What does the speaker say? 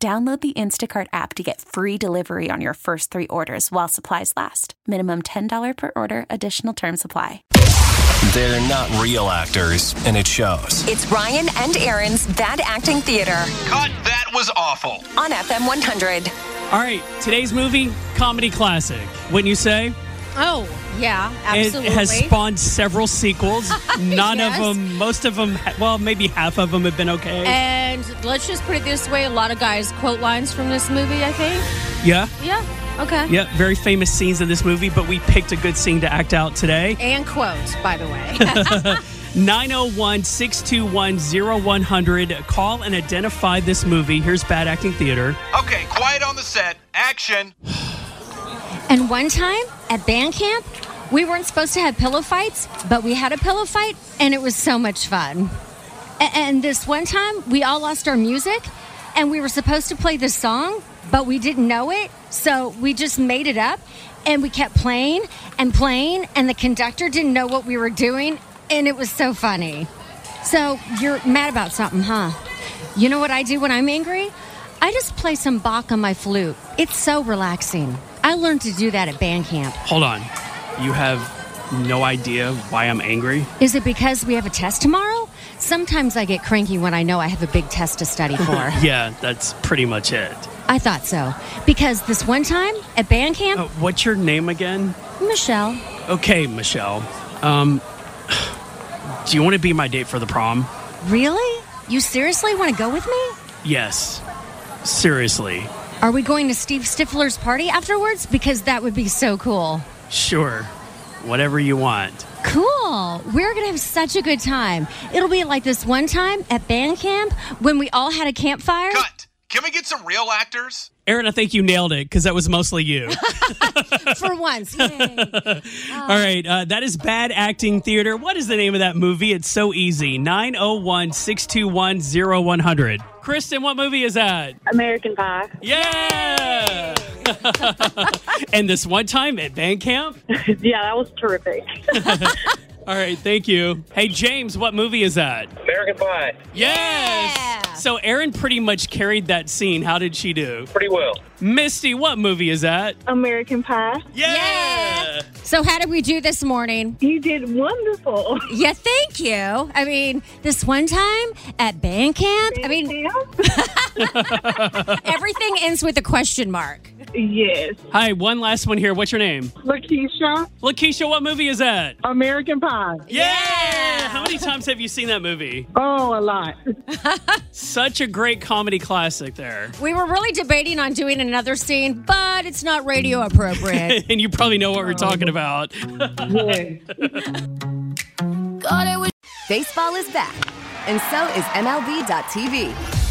Download the Instacart app to get free delivery on your first three orders while supplies last. Minimum $10 per order, additional term supply. They're not real actors, and it shows. It's Ryan and Aaron's Bad Acting Theater Cut, that was awful. on FM 100. All right, today's movie, comedy classic. Wouldn't you say? Oh, yeah, absolutely. It has spawned several sequels. None Yes. of them, most of them, well, maybe half of them have been okay. Eh. and let's just put it this way a lot of guys quote lines from this movie, I think. yeah, Yeah, okay. yeah, very famous scenes in this movie, but we picked a good scene to act out today. And quotes, by the way. 901 621 0100. Call and identify this movie. Here's Bad Acting Theater. Okay, quiet on the set. Action. And one time at band camp, we weren't supposed to have pillow fights, but we had a pillow fight, and it was so much fun. A- and this one time, we all lost our music, and we were supposed to play this song, but we didn't know it, so we just made it up, and we kept playing and playing, and the conductor didn't know what we were doing, and it was so funny. So you're mad about something, huh? You know what I do when I'm angry? I just play some Bach on my flute. It's so relaxing. I learned to do that at band camp. Hold on. You have no idea why I'm angry? Is it because we have a test tomorrow? Sometimes I get cranky when I know I have a big test to study for. Yeah, that's pretty much it. I thought so. Because this one time at band camp, Uh, what's your name again? Michelle, Okay, Michelle. Um, do you want to be my date for the prom? really? You seriously want to go with me? Yes. Seriously. Are we going to Steve Stifler's party afterwards? Because that would be so cool. Sure. Whatever you want. Cool. We're going to have such a good time. It'll be like this one time at band camp when we all had a campfire. Cut. Can we get some real actors? Aaron, I think you nailed it because that was mostly you. For once. Yay. All right, uh, that is Bad Acting Theater. What is the name of that movie? It's so easy 901 621 0100. Kristen, what movie is that? American Pie. Yeah! and this one time at band camp? Yeah, that was terrific. All right, thank you. Hey, James, what movie is that? American Pie, Yes! Yeah. So, Erin pretty much carried that scene. How did she do? pretty well. Misty, what movie is that? American Pie. Yeah! so, how did we do this morning? You did wonderful. Yeah, thank you. I mean, this one time at band camp, I mean, Everything ends with a question mark. yes. Hi, one last one here. What's your name? Lakeisha, Lakeisha, what movie is that? American Pie. Yeah! How many times have you seen that movie? Oh, a lot. Such a great comedy classic there. We were really debating on doing another scene, but it's not radio appropriate. And you probably know what we're talking about. Yes. Baseball is back, and so is MLB.tv.